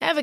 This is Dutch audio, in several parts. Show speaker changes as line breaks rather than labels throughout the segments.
Ever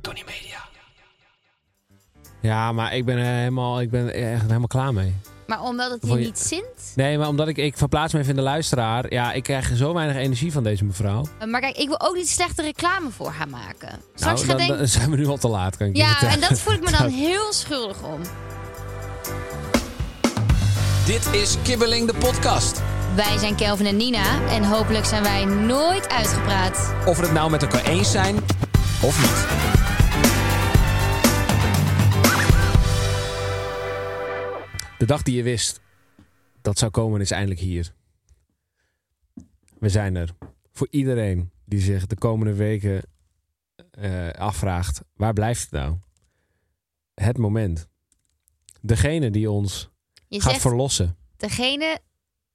Tony Media.
Ja, maar ik ben, eh, helemaal, ik ben echt helemaal klaar mee.
Maar omdat het je
Vond je-
niet zint.
Nee, maar omdat ik, ik verplaats me even in de luisteraar. Ja, ik krijg zo weinig energie van deze mevrouw.
Eh, Maar kijk, ik wil ook niet slechte reclame voor haar maken. Straks
nou,
gaat
dan,
denken...
dan zijn we nu al te laat, kan ik je
Ja,
vertellen.
en dat voel ik me dan heel schuldig om.
Dit is Kibbeling de podcast.
Wij zijn Kelvin en Nina en hopelijk zijn wij nooit uitgepraat.
Of we het nou met elkaar eens zijn of niet.
De dag die je wist dat zou komen is eindelijk hier. We zijn er. Voor iedereen die zich de komende weken eh, afvraagt, waar blijft het nou? Het moment. Degene die ons
Je
gaat
zegt
verlossen.
degene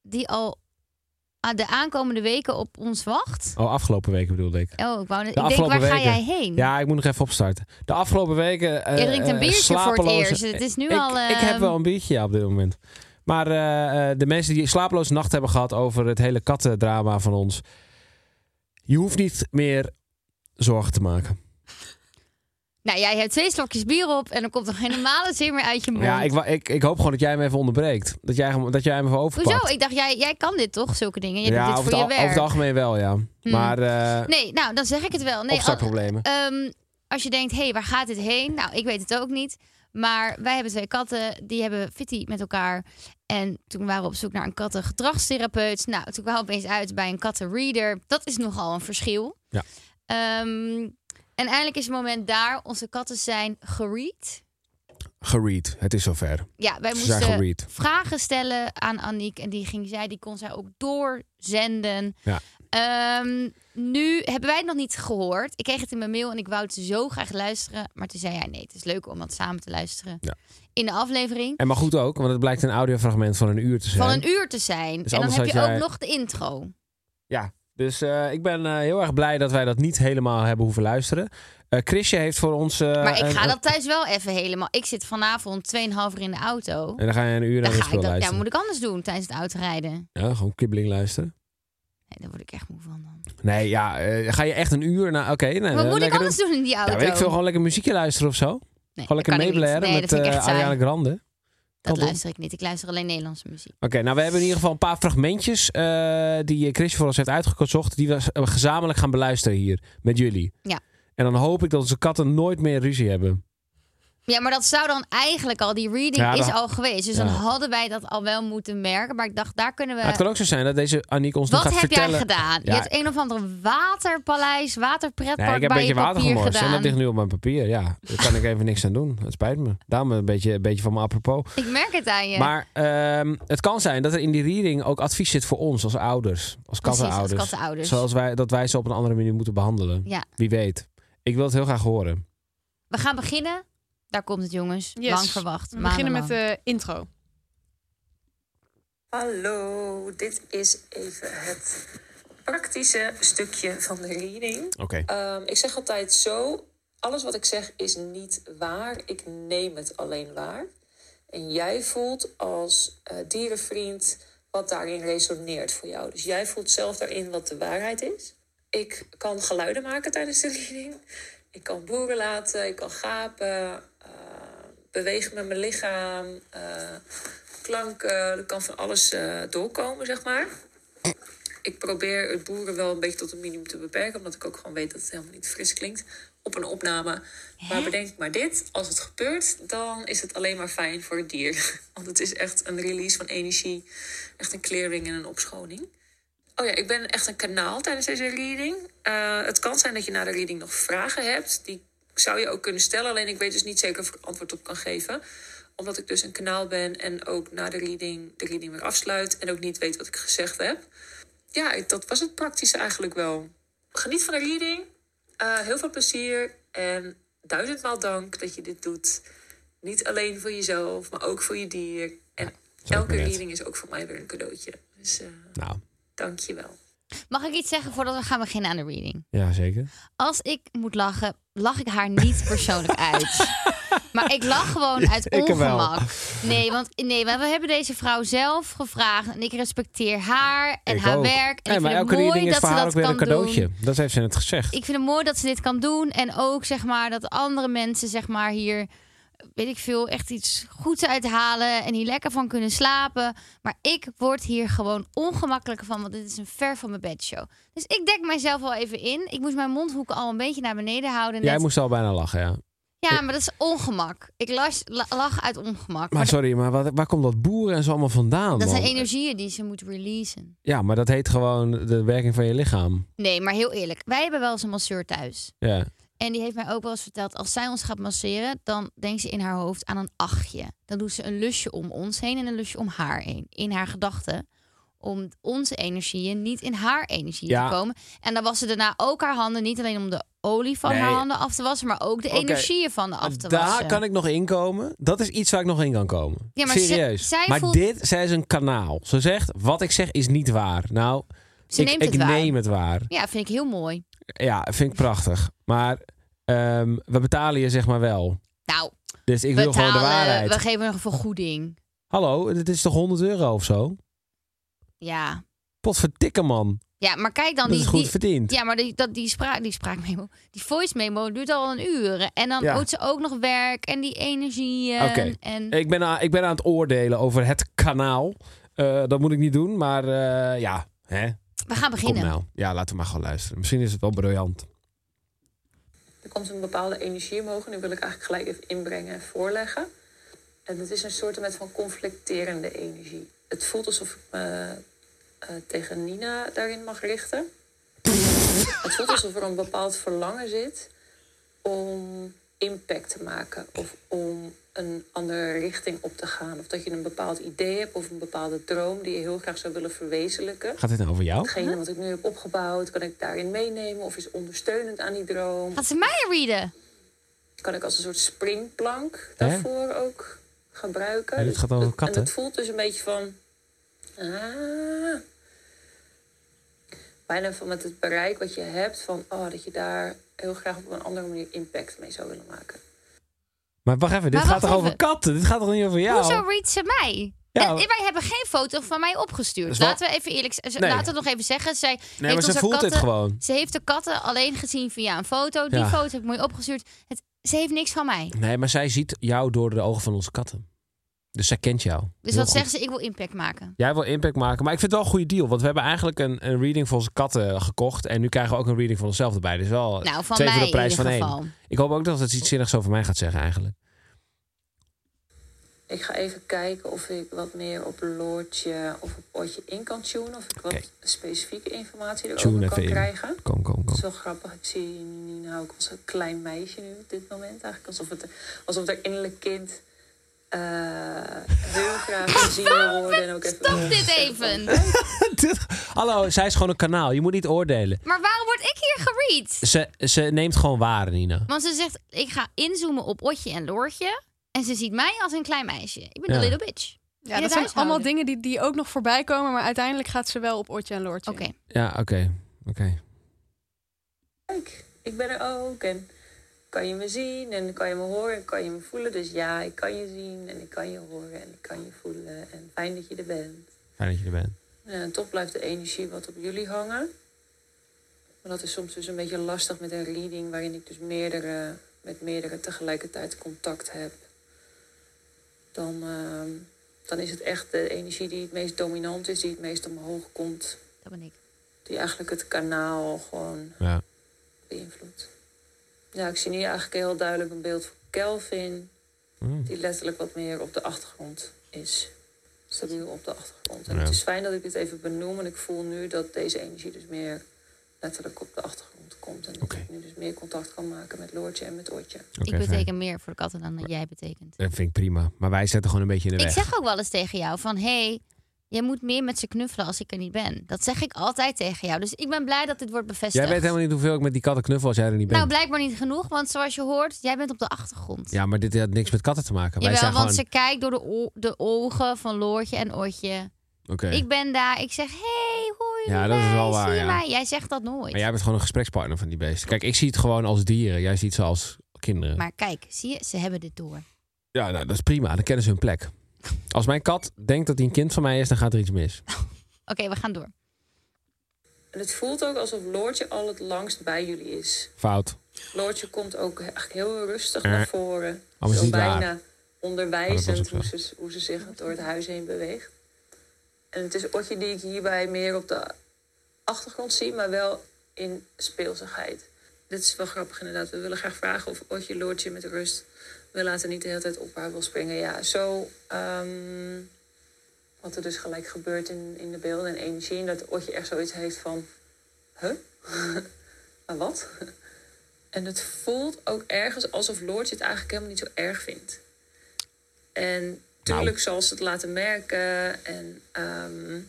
die al aan de aankomende weken op ons wacht.
Oh, afgelopen weken bedoelde ik.
Oh, ik, wou net,
De
ik denk, waar
afgelopen
ga
weken.
jij heen?
Ja, ik moet nog even opstarten. De afgelopen weken. eh
je drinkt een
eh,
biertje voor het
slapeloze-
eerst. Het is nu
ik,
al...
ik heb
eh,
wel een biertje ja, op dit moment. Maar eh, eh, de mensen die slapeloze nacht hebben gehad over het hele kattendrama van ons. Je hoeft niet meer zorgen te maken.
Nou, jij hebt twee slokjes bier op en dan komt er geen normale zin meer uit je mond.
Ja, ik, wa- ik, ik hoop gewoon dat jij me even onderbreekt. Dat jij, hem- dat jij hem even overpakt.
Hoezo? Ik dacht, jij, jij kan dit toch, zulke dingen? Jij
ja,
doet dit
over,
voor je
het al-
werk. Hmm.
over het algemeen wel, ja. Maar eh
Nee, nou, dan zeg ik het wel. Nee, al-
opstartproblemen.
ehm, als je denkt, hé, hey, waar gaat dit heen? Nou, ik weet het ook niet. Maar wij hebben twee katten, die hebben fitty met elkaar. En toen waren we op zoek naar een kattengedragstherapeut. Nou, toen kwam we opeens uit bij een kattenreader. Dat is nogal een verschil.
Ja.
Ehm, en eindelijk is het moment daar. Onze katten zijn gereed.
Gereed, het is zover.
Ja, wij
Ze zijn
eh, moesten
gereed.
vragen stellen aan Aniek. En die, ging zij, die kon zij ook doorzenden.
Ja.
Ehm, nu hebben wij het nog niet gehoord. Ik kreeg het in mijn mail en ik wou het zo graag luisteren. Maar toen zei hij, nee, het is leuk om dat samen te luisteren.
Ja.
In de aflevering.
En maar goed ook, want het blijkt een audiofragment van een uur te zijn.
Van een uur te zijn.
Dus
en dan
anders
heb je
had jij-
ook nog de intro.
Ja, dus eh, ik ben eh, heel erg blij dat wij dat niet helemaal hebben hoeven luisteren. Eh Chrisje heeft voor ons... eh,
Maar ik
een-
ga
een-
dat thuis wel even helemaal. Ik zit vanavond 2,5 uur in de auto.
En dan ga je een uur naar
Dan
het
ga
spul
ik dat, ja,
luisteren.
moet ik anders doen tijdens het autorijden. Nee,
Ja, gewoon kibbeling luisteren.
daar word ik echt moe van dan.
Nee, ja, eh, ga je echt een uur naar... Oké, nee,
Wat
eh,
moet ik
lekker
anders doen. in die auto?
Ja, weet ik veel, gewoon lekker muziekje luisteren of zo.
Nee,
Gewoon lekker
dat kan ik niet.
meeblaren
Nee,
met
dat vind ik
eh
echt saai.
Ariana Grande.
Dat
Kan
luister ik niet. Ik luister alleen Nederlandse muziek.
Oké, nou we hebben in ieder geval een paar fragmentjes eh, die eh, Chrisje voor ons heeft uitgekocht, die we s- eh, gezamenlijk gaan beluisteren hier met jullie.
Ja. Eh.
En dan hoop ik dat onze katten nooit meer ruzie hebben.
Ja, maar dat zou dan eigenlijk al, die reading
Ja,
is
dat-
al geweest. Dus
Ja.
dan hadden wij dat al wel moeten merken. Maar ik dacht, daar kunnen we...
Nou, het kan ook zo zijn dat deze Aniek ons nu
Wat
gaat
heb
vertellen.
jij gedaan?
Ja.
Je hebt een of ander waterpaleis, waterpretpark
Nee, ik heb een
bij
beetje
je
water
papier
gemorst en
gedaan.
dat ligt nu op mijn papier. Ja, daar kan ik even niks aan doen. Het spijt me. Daarom een beetje, een beetje van me apropos.
Ik merk het aan je.
Maar ehm, het kan zijn dat er in die reading ook advies zit voor ons als ouders. Als
Precies, als
kattenouders.
kattenouders.
Zoals wij, dat wij ze op een andere manier moeten behandelen.
Ja.
Wie weet. Ik wil het heel graag horen.
We gaan beginnen. Daar komt het, jongens.
Yes.
Lang verwacht.
We beginnen met
maandenlang.
de intro.
Hallo, dit is even het praktische stukje van de reading.
Oké.
Ehm, ik zeg altijd zo, alles wat ik zeg is niet waar. Ik neem het alleen waar. En jij voelt als eh, dierenvriend wat daarin resoneert voor jou. Dus jij voelt zelf daarin wat de waarheid is. Ik kan geluiden maken tijdens de reading. Ik kan boeren laten, ik kan gapen, eh, bewegen met mijn lichaam, eh, klanken. Er kan van alles eh, doorkomen, zeg maar ik probeer het boeren wel een beetje tot een minimum te beperken. Omdat ik ook gewoon weet dat het helemaal niet fris klinkt op een opname. Maar bedenk maar dit, als het gebeurt, dan is het alleen maar fijn voor het dier. Want het is echt een release van energie. Echt een clearing en een opschoning. Oh ja, ik ben echt een kanaal tijdens deze reading. Eh, het kan zijn dat je na de reading nog vragen hebt. Die zou je ook kunnen stellen. Alleen ik weet dus niet zeker of ik er antwoord op kan geven. Omdat ik dus een kanaal ben en ook na de reading de reading weer afsluit. En ook niet weet wat ik gezegd heb ja, dat was het praktisch eigenlijk wel. Geniet van de reading. Eh, heel veel plezier. En duizendmaal dank dat je dit doet. Niet alleen voor jezelf, maar ook voor je dier. En
maar
elke
net.
reading is ook voor mij weer een cadeautje. Dus eh
Nou,
dank je wel.
Mag ik iets zeggen voordat we gaan beginnen aan de reading?
ja, zeker.
Als ik moet lachen, lach ik haar niet persoonlijk uit. Maar ik lach gewoon uit
ik wel.
ongemak. Nee, want nee, maar we hebben deze vrouw zelf gevraagd. En ik respecteer haar en
Ik
haar
ook.
werk. En
Nee,
ik
maar
vind
elke
het mooi
reading is
dat
voor
ze
haar
dat
ook weer een
kan
cadeautje.
doen.
Dat heeft ze net gezegd.
Ik vind het mooi dat ze dit kan doen. En ook zeg maar dat andere mensen zeg maar hier weet ik veel, echt iets goeds uithalen en hier lekker van kunnen slapen. Maar ik word hier gewoon ongemakkelijker van, want dit is een ver van mijn bedshow. Dus ik dek mijzelf wel even in. Ik moest mijn mondhoeken al een beetje naar beneden houden.
Jij
net.
moest al bijna lachen, ja.
Ja, maar dat is ongemak. Ik las, la- lach uit ongemak.
Maar sorry, maar wat, waar komt dat boeren en zo allemaal vandaan?
dat zijn
man?
energieën die ze moet releasen.
Ja, maar dat heet gewoon de werking van je lichaam.
Nee, maar heel eerlijk. Wij hebben wel eens een masseur thuis.
Ja.
En die heeft mij ook wel eens verteld, als zij ons gaat masseren, dan denkt ze in haar hoofd aan een achtje. Dan doet ze een lusje om ons heen en een lusje om haar heen. In haar gedachten. Om onze energieën niet in haar energie
Ja.
te komen. En dan was ze daarna ook haar handen, niet alleen om de olie van
Nee.
haar handen af te wassen, maar ook de
Oké.
energieën van de af te
Daar
wassen.
kan ik nog inkomen. Dat is iets waar ik nog in kan komen.
Ja, maar
Serieus.
ze- zij
maar
voelt-
dit, zij is een kanaal. Ze zegt, wat ik zeg is niet waar. Nou,
Ze
ik,
neemt
ik
het waar.
neem het waar.
Ja, vind ik heel mooi.
Ja, vind ik prachtig. Maar ehm, we betalen je zeg maar wel.
Nou,
Dus ik wil gewoon de
betalen,
waarheid.
we geven nog een vergoeding.
Hallo, dit is toch 100 euro of zo?
Ja.
Potverdikke man.
Ja, maar kijk dan
Dat
die,
is goed
die-
verdiend.
Ja, maar die, dat, die, spraak, die spraakmemo, die voice memo duurt al een uur. En dan
Ja.
moet ze ook nog werk en die energie. eh,
Oké.
En
Ik, ben aan, ik ben aan het oordelen over het kanaal. Eh, dat moet ik niet doen, maar eh, ja. Hè?
we gaan
Kom
beginnen.
nou. Ja, laten we maar gewoon luisteren. Misschien is het wel briljant.
Er komt een bepaalde energie omhoog en die wil ik eigenlijk gelijk even inbrengen en voorleggen. En het is een soort met van conflicterende energie. Het voelt alsof ik me eh, tegen Nina daarin mag richten. het voelt alsof er een bepaald verlangen zit om impact te maken of om een andere richting op te gaan. Of dat je een bepaald idee hebt of een bepaalde droom die je heel graag zou willen verwezenlijken.
Gaat dit nou over jou?
Hetgene wat ik nu heb opgebouwd, kan ik daarin meenemen of is ondersteunend aan die droom?
Gaat ze mij readen?
kan ik als een soort springplank
Hè?
daarvoor ook gebruiken.
Ja, dit gaat over
Dus-
katten.
En het voelt dus een beetje van... Ah, bijna van met het bereik wat je hebt... van oh, dat je daar heel graag op een andere manier impact mee zou willen maken.
Maar wacht even, dit
Maar
gaat
wacht
toch over
even.
katten? Dit gaat toch niet over jou?
Hoezo readt ze mij?
Ja,
en, en wij hebben geen foto van mij
Dat
opgestuurd.
is wel-
Laten we even eerlijk z-
Nee.
Laten we nog even zeggen. Zij heeft
maar ze
ons haar
voelt het
katten-
gewoon.
Ze heeft de katten alleen gezien via een foto. Die
Ja.
foto heb ik mooi opgestuurd. Het, ze heeft niks van mij. Dus
Nee, maar zij ziet jou door de ogen van onze katten. Dus zij kent jou.
Dus
Heel
wat
goed.
zegt ze? Ik wil impact maken.
Jij wil impact maken. Maar ik vind het wel een goede deal. Want we hebben eigenlijk een, een reading voor onze katten gekocht. En nu krijgen we ook een reading van onszelf erbij. Dus wel
Nou, van
twee
mij
voor de prijs
in ieder
van
geval.
één. Ik hoop ook dat het iets zinnigs over mij gaat zeggen eigenlijk.
Ik ga even kijken of ik wat meer op Loortje of op Otje in kan tunen. Of ik wat
Oké.
specifieke informatie erover
Tune
kan
even in.
krijgen.
Kom, kom,
Het
kom.
is wel grappig. Ik zie Nina ook als een klein meisje nu op dit moment. Eigenlijk alsof het, alsof haar innerlijk kind eh, heel graag gezien wil worden. En ook even
Stop dit even.
Hallo, zij is gewoon een kanaal. Je moet niet oordelen.
Maar waarom word ik hier geread?
Ze, ze neemt gewoon waar, Nina.
Want ze zegt, ik ga inzoomen op Otje en Loortje. En ze ziet mij als een klein meisje. Ik ben
Ja.
een little bitch.
Ja,
In
dat
het
zijn allemaal
huishouden.
dingen die, die ook nog voorbij komen. Maar uiteindelijk gaat ze wel op Otje en Loortje.
Oké.
Ja, oké. Oké.
Kijk, ik ben er ook. En kan je me zien en kan je me horen en kan je me voelen. Dus ja, ik kan je zien en ik kan je horen en ik kan je voelen. En fijn dat je er bent.
Fijn dat je er bent.
En Eh, toch blijft de energie wat op jullie hangen. Maar dat is soms dus een beetje lastig met een reading... waarin ik dus meerdere, met meerdere tegelijkertijd contact heb. Dan, ehm, dan is het echt de energie die het meest dominant is... die het meest omhoog komt...
Dat ben ik.
die eigenlijk het kanaal gewoon
Ja.
beïnvloedt. Ja, ik zie nu eigenlijk heel duidelijk een beeld van Kelvin...
Hmm.
die letterlijk wat meer op de achtergrond is. Stabiel op de achtergrond. En
Ja.
het is fijn dat ik dit even benoem... en ik voel nu dat deze energie dus meer letterlijk op de achtergrond komt. En dat
Oké.
ik nu dus meer contact kan maken met Loortje en met Otje.
Oké,
ik
fijn.
beteken meer voor de katten dan dat jij betekent.
Dat vind ik prima. Maar wij zetten gewoon een beetje in de
Ik
weg.
zeg ook wel eens tegen jou van, hé, hey, Jij moet meer met ze knuffelen als ik er niet ben. Dat zeg ik altijd tegen jou. Dus ik ben blij dat dit wordt bevestigd.
Jij weet helemaal niet hoeveel ik met die katten knuffel als jij er niet bent.
Nou, blijkbaar niet genoeg, want zoals je hoort, jij bent op de achtergrond.
ja, maar dit had niks met katten te maken.
Jawel,
Wij zijn
want
gewoon...
ze kijkt door de, o- de ogen van Loortje en Oortje.
Oké.
Ik ben daar, ik zeg, hey, hoi,
Ja, dat is wel waar,
Zie je
ja.
mij? Jij zegt dat nooit.
Maar jij bent gewoon een gesprekspartner van die beesten. Kijk, ik zie het gewoon als dieren. Jij ziet ze als kinderen.
Maar kijk, zie je, ze hebben dit door.
Ja, nou, dat is prima. Dan kennen ze hun plek. Als mijn kat denkt dat hij een kind van mij is, dan gaat er iets mis.
Oké, we gaan door.
En het voelt ook alsof Loortje al het langst bij jullie is.
Fout.
Loortje komt ook eigenlijk heel rustig naar voren.
Oh, maar ze
zo
is daar.
bijna
Maar dat
onderwijzend
was ook
hoe ze, hoe ze zich door het huis heen beweegt. En het is Otje die ik hierbij meer op de achtergrond zie, maar wel in speelsigheid. Dit is wel grappig inderdaad. We willen graag vragen of Otje Loortje met rust wil laten niet de hele tijd op haar wil springen. Ja, zo ehm, wat er dus gelijk gebeurt in, in de beelden en energie. En dat Otje echt zoiets heeft van, huh? maar wat? En het voelt ook ergens alsof Loortje het eigenlijk helemaal niet zo erg vindt. En tuurlijk zal ze het laten merken. En ehm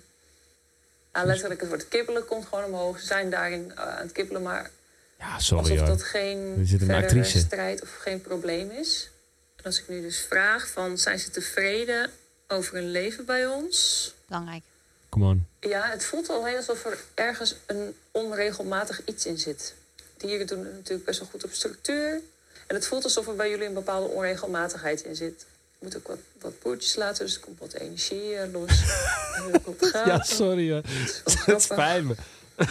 ja, letterlijk het woord kippelen komt gewoon omhoog. Ze zijn daarin eh, aan het kippelen, maar
Ja, sorry
alsof
hoor.
dat geen
Er zit een
verdere
actrice.
strijd of geen probleem is. En als ik nu dus vraag van zijn ze tevreden over hun leven bij ons?
Belangrijk.
Come on.
Ja, het voelt alleen alsof er ergens een onregelmatig iets in zit. Dieren doen het natuurlijk best wel goed op structuur. En het voelt alsof er bij jullie een bepaalde onregelmatigheid in zit. Ik moet ook wat, wat poertjes laten, dus er komt wat energie eh, los. En weer op gaan.
Ja, sorry hoor.
wel
Het
grappig.
spijt me.
Het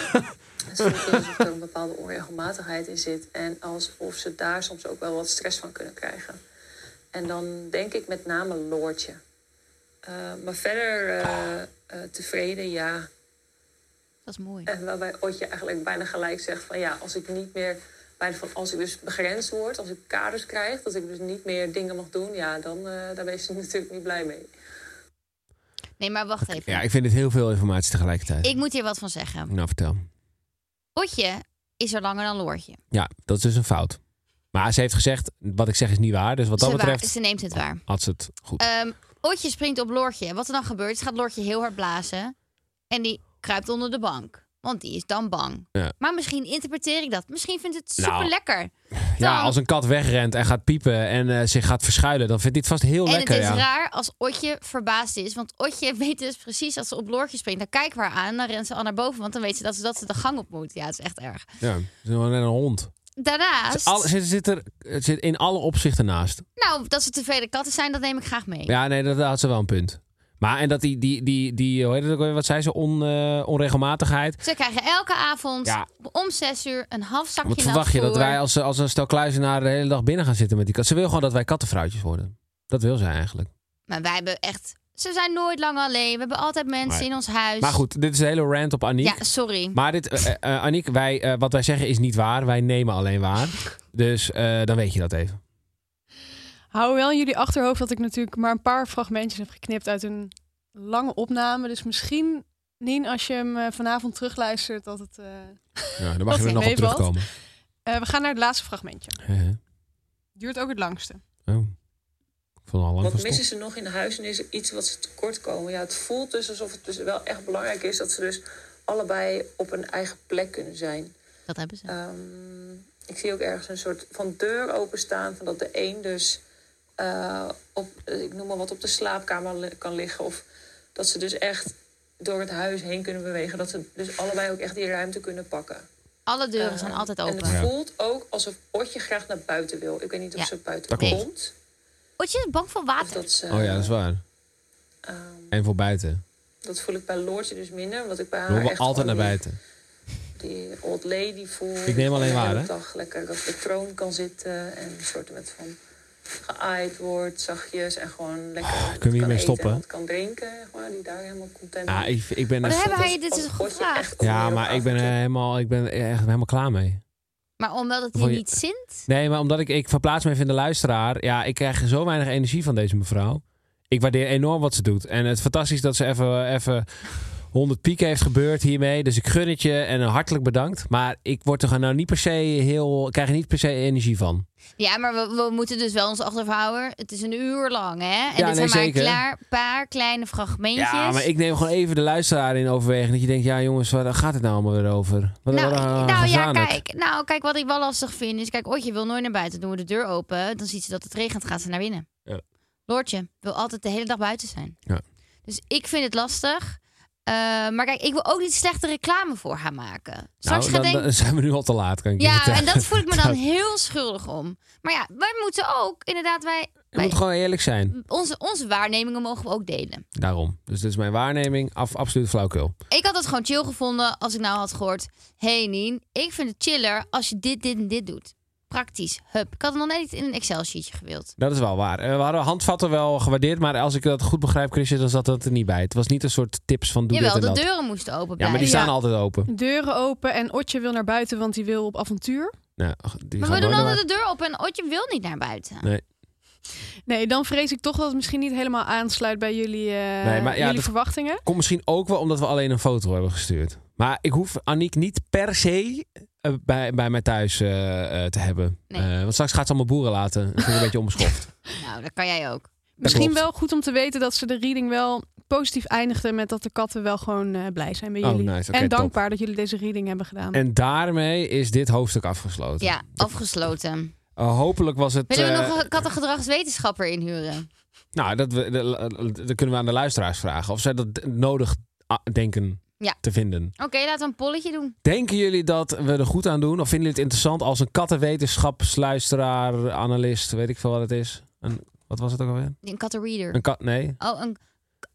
voelt wel alsof er een bepaalde onregelmatigheid in zit. En alsof ze daar soms ook wel wat stress van kunnen krijgen. En dan denk ik met name Loortje. Eh, maar verder eh, eh, tevreden, ja.
Dat is mooi.
En waarbij Otje eigenlijk bijna gelijk zegt van ja, als ik niet meer, bijna van als ik dus begrensd word, als ik kaders krijg, dat ik dus niet meer dingen mag doen, ja, dan eh, daar ben je natuurlijk niet blij mee.
Nee, maar wacht even.
Ja, ik vind dit heel veel informatie tegelijkertijd.
Ik moet hier wat van zeggen.
Nou, vertel.
Otje is er langer dan Loortje.
Ja, dat is dus een fout. Maar ze heeft gezegd, wat ik zeg is niet waar. Dus wat dat
ze, waar-
betreft
ze neemt het waar.
had ze het goed.
Ehm, Otje springt op Loortje. Wat er dan gebeurt, is gaat Loortje heel hard blazen. En die kruipt onder de bank. Want die is dan bang.
Ja.
Maar misschien interpreteer ik dat. Misschien vindt het
Nou,
super lekker.
ja, als een kat wegrent en gaat piepen en eh, zich gaat verschuilen, dan vindt dit vast heel
En
lekker.
het is
ja.
raar als Otje verbaasd is. Want Otje weet dus precies als ze op Loortje springt. Dan kijken we haar aan. Dan rent ze al naar boven. Want dan weet ze dat ze, dat ze de gang op moet. Ja, het is echt erg.
Ja, ze is gewoon net een hond.
Daarnaast.
Dus Al, ze zit er het zit in alle opzichten naast.
Nou, dat ze tevreden katten zijn, dat neem ik graag mee.
Ja, nee, dat, daar had ze wel een punt. Maar en dat die, die, die, die hoe heet het ook alweer, wat zei ze, on, eh, onregelmatigheid.
Ze krijgen elke avond
Ja.
om zes uur een half zakje
Wat verwacht je dat
natvoer.
wij als, als een stel kluizenaren de hele dag binnen gaan zitten met die kat? Ze wil gewoon dat wij kattenvrouwtjes worden. Dat wil zij eigenlijk.
Maar wij hebben echt... Ze zijn nooit lang alleen. We hebben altijd mensen
Nee.
in ons huis.
Maar goed, dit is een hele rant op Aniek.
Dus- Ja, sorry.
Maar dit, eh, eh, Aniek, wij, eh, wat wij zeggen is niet waar. Wij nemen alleen waar. Dus eh, dan weet je dat even.
Hou wel in jullie achterhoofd dat ik natuurlijk maar een paar fragmentjes heb geknipt uit een lange opname. Dus misschien, Nien, als je hem eh, vanavond terugluistert, dat het... eh,
Ja, dan mag je
Oké,
er nog op
meevalt.
terugkomen.
eh, we gaan naar het laatste fragmentje.
Eh, eh.
Duurt ook het langste.
Oh. Ik vond het al lang
Wat
verstopt.
missen ze nog in huis en is er iets wat ze tekort komen? Ja, het voelt dus alsof het dus wel echt belangrijk is dat ze dus allebei op een eigen plek kunnen zijn.
Dat hebben ze.
Ehm, ik zie ook ergens een soort van deur openstaan. Van dat de een dus eh, op, eh, ik noem maar wat, op de slaapkamer li- kan liggen. Of dat ze dus echt door het huis heen kunnen bewegen. Dat ze dus allebei ook echt die ruimte kunnen pakken.
Alle deuren zijn altijd
En
open.
het voelt ook alsof Otje graag naar buiten wil. Ik weet niet of
Ja,
ze buiten
dat klopt.
komt.
Otje is dus bang voor
Of
water.
dat ze,
Oh ja, dat is waar.
eh, ehm,
En voor buiten.
dat voel ik bij Loortje dus minder. Omdat ik bij
We
haar
hoeven
echt
altijd naar
gewoon die-
buiten.
die old lady voel.
Ik neem alleen
Die
waar,
de hele
hè?
dag lekker op de troon kan zitten en een soort met van geaaid wordt, zachtjes en gewoon lekker. wat
Ah, kunnen we hiermee
kan eten en
stoppen?
wat kan drinken, zeg maar, die daar helemaal content.
Ja,
mee.
ik, ik ben...
Maar
echt-
daar hebben wij
Dat
je dit
als
dus
potje
gevraagd.
echt
Ja,
onderdeel
maar ik ben, er
avondje.
helemaal, ik ben er echt helemaal klaar mee.
Maar omdat het
Vond
hier
je-
niet zint.
Nee, maar omdat ik, ik verplaats me even in de luisteraar. Ja, ik krijg zo weinig energie van deze mevrouw. Ik waardeer enorm wat ze doet. En het is fantastisch dat ze even, even 100 piek heeft gebeurd hiermee. Dus ik gun het je en eh, hartelijk bedankt. Maar ik word er nou niet per se heel. Ik krijg er niet per se energie van.
Ja, maar we, we moeten dus wel ons achterhouden. Het is een uur lang, hè? En
Ja,
dit
nee,
zijn maar
zeker.
een klaar, paar kleine fragmentjes.
Ja, maar ik neem gewoon even de luisteraar in overweging. Dat je denkt, ja jongens, waar gaat het nou allemaal weer over? Wat, ah,
Nou,
wat-
ik-
wat-
nou ja,
gaan het?
kijk. Nou, kijk, wat ik wel lastig vind is... Kijk, Otje wil nooit naar buiten. Doen we de deur open, dan ziet ze dat het regent. Gaat ze naar binnen.
Ja.
Loortje wil altijd de hele dag buiten zijn.
Ja.
Dus ik vind het lastig. Eh, maar kijk, ik wil ook niet slechte reclame voor haar maken.
Nou,
Straks gaat
dan,
denken...
dan zijn we nu al te laat, kan ik je
Ja,
vertellen.
en dat voel ik me dan
Dat-
heel schuldig om. Maar ja, wij moeten ook, inderdaad, wij...
Je
wij
moet gewoon eerlijk zijn.
onze, onze waarnemingen mogen we ook delen.
Daarom. Dus dit is mijn waarneming. Af, absoluut flauwkul.
Ik had het gewoon chill gevonden als ik nou had gehoord... hey Nien, ik vind het chiller als je dit, dit en dit doet. Praktisch. Hup. Ik had het nog net niet in een Excel-sheetje gewild.
Dat is wel waar. Eh, We hadden handvatten wel gewaardeerd, maar als ik dat goed begrijp, Chrisje, dan zat dat er niet bij. Het was niet een soort tips van doe
Jawel,
dit en
de
dat.
deuren moesten
ja,
open
maar
blijven.
die
Ja.
staan altijd open.
Deuren open en Otje wil naar buiten, want die wil op avontuur.
Nou, ach, die
Maar
gaan
we doen
nooit
altijd
naar
de deur open en Otje wil niet naar buiten.
Nee.
Nee, dan vrees ik toch dat het misschien niet helemaal aansluit bij jullie, eh,
Nee, maar ja,
jullie
dat-
verwachtingen.
Komt misschien ook wel omdat we alleen een foto hebben gestuurd. Maar ik hoef Aniek niet per se eh, bij, bij mij thuis eh, eh, te hebben.
Nee.
Eh, want straks gaat ze allemaal boeren laten. Dat vind ik een beetje onbeschoft.
Nou, dat kan jij ook.
Misschien
klopt.
wel goed om te weten dat ze de reading wel positief eindigde met dat de katten wel gewoon eh, blij zijn bij
Oh,
jullie.
nice. Oké,
en
top.
dankbaar dat jullie deze reading hebben gedaan.
En daarmee is dit hoofdstuk afgesloten.
Ja, afgesloten.
Eh, hopelijk was het...
Willen we
eh,
nog een kattengedragswetenschapper inhuren?
Nou, dat, we, dat- dat kunnen we aan de luisteraars vragen. Of zij dat nodig ah, denken
Ja.
te vinden.
Oké, laten we een polletje doen.
Denken jullie dat we er goed aan doen? Of vinden jullie het interessant als een kattenwetenschapsluisteraar, analist, weet ik veel wat het is? Een, wat was het ook alweer?
Een kattenreader.
Een kat, nee.
Oh, een, een,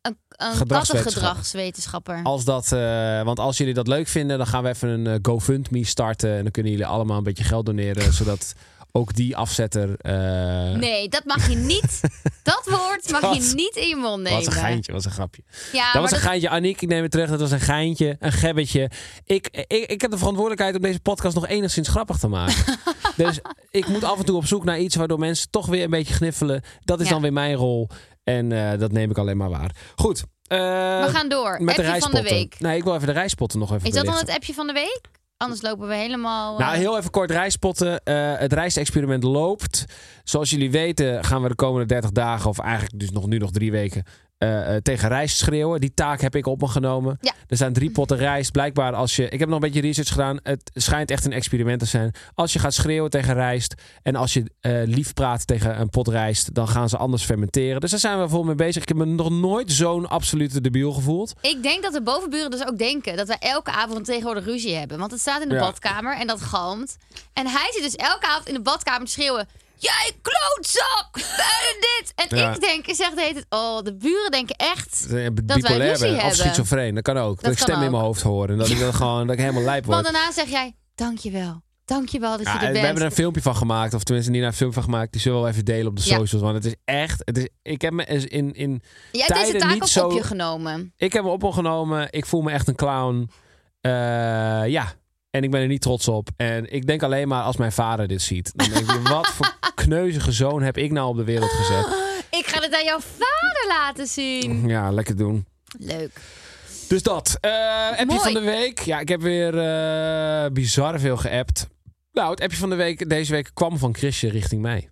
een
Gedragswetenschap.
kattengedragswetenschapper.
Als dat, eh, want als jullie dat leuk vinden, dan gaan we even een eh, GoFundMe starten. En dan kunnen jullie allemaal een beetje geld doneren, zodat ook die afzetter... eh,
Nee, dat mag je niet. dat woord mag je
Dat-
niet in je mond nemen.
Wat een geintje, wat een grapje.
Ja,
dat
Ah, maar
was een
dat-
geintje. Aniek, ik neem het terug. Dat was een geintje, een gebbetje. Ik, ik, ik heb de verantwoordelijkheid om deze podcast nog enigszins grappig te maken. dus ik moet af en toe op zoek naar iets waardoor mensen toch weer een beetje gniffelen. Dat is
Ja.
dan weer mijn rol. En eh, dat neem ik alleen maar waar. Goed. eh,
we gaan door.
met de
appje van de
reispotten.
week.
Nee, ik wil even de reispotten nog even
Is dat dan het
belichten.
appje van de week? Anders lopen we helemaal... eh,
Nou, heel even kort reispotten. Eh, het reisexperiment loopt. Zoals jullie weten gaan we de komende 30 dagen, of eigenlijk dus nog, nu nog drie weken, eh, eh, tegen rijst schreeuwen. Die taak heb ik op me genomen.
Ja.
Er zijn drie potten rijst. Blijkbaar als je... Ik heb nog een beetje research gedaan. Het schijnt echt een experiment te zijn. Als je gaat schreeuwen tegen rijst en als je eh, lief praat tegen een pot rijst, dan gaan ze anders fermenteren. Dus daar zijn we vol mee bezig. Ik heb me nog nooit zo'n absolute debiel gevoeld.
Ik denk dat de bovenburen dus ook denken dat wij elke avond tegenwoordig ruzie hebben. Want het staat in de
Ja.
badkamer en dat galmt. En hij zit dus elke avond in de badkamer te schreeuwen... Jij klootzak! Wij doen dit! En
Ja.
ik denk, zegt de heet het... Oh, de buren denken echt... wij
eh, Bipolair
ruzie
ben, of
hebben.
schizofreen, dat kan ook. Dat,
Dat
ik
kan
stem in
ook.
mijn hoofd hoor en dat ik, dan gewoon, dat ik helemaal lijp word.
Want daarna zeg jij, dankjewel. Dankjewel dat je
Ja, we
er bent.
hebben er een filmpje van gemaakt, of tenminste niet naar een film van gemaakt. Die zullen we wel even delen op de
Ja.
socials. Want het is echt. Het is, ik heb me eens in, in.
Jij hebt deze
tijden
taak
niet
op,
zo-
op je genomen.
Ik heb me op me genomen. Ik voel me echt een clown. Eh, ja. En ik ben er niet trots op. En ik denk alleen maar als mijn vader dit ziet. Dan denk ik, wat voor kneuzige zoon heb ik nou op de wereld gezet?
Ah, Ik ga het aan jouw vader laten zien.
Ja, lekker doen.
Leuk.
Dus dat. Eh appje
Mooi.
van de week. Ja, ik heb weer eh, bizar veel geappt. Nou, het appje van de week deze week kwam van Chrisje richting mij.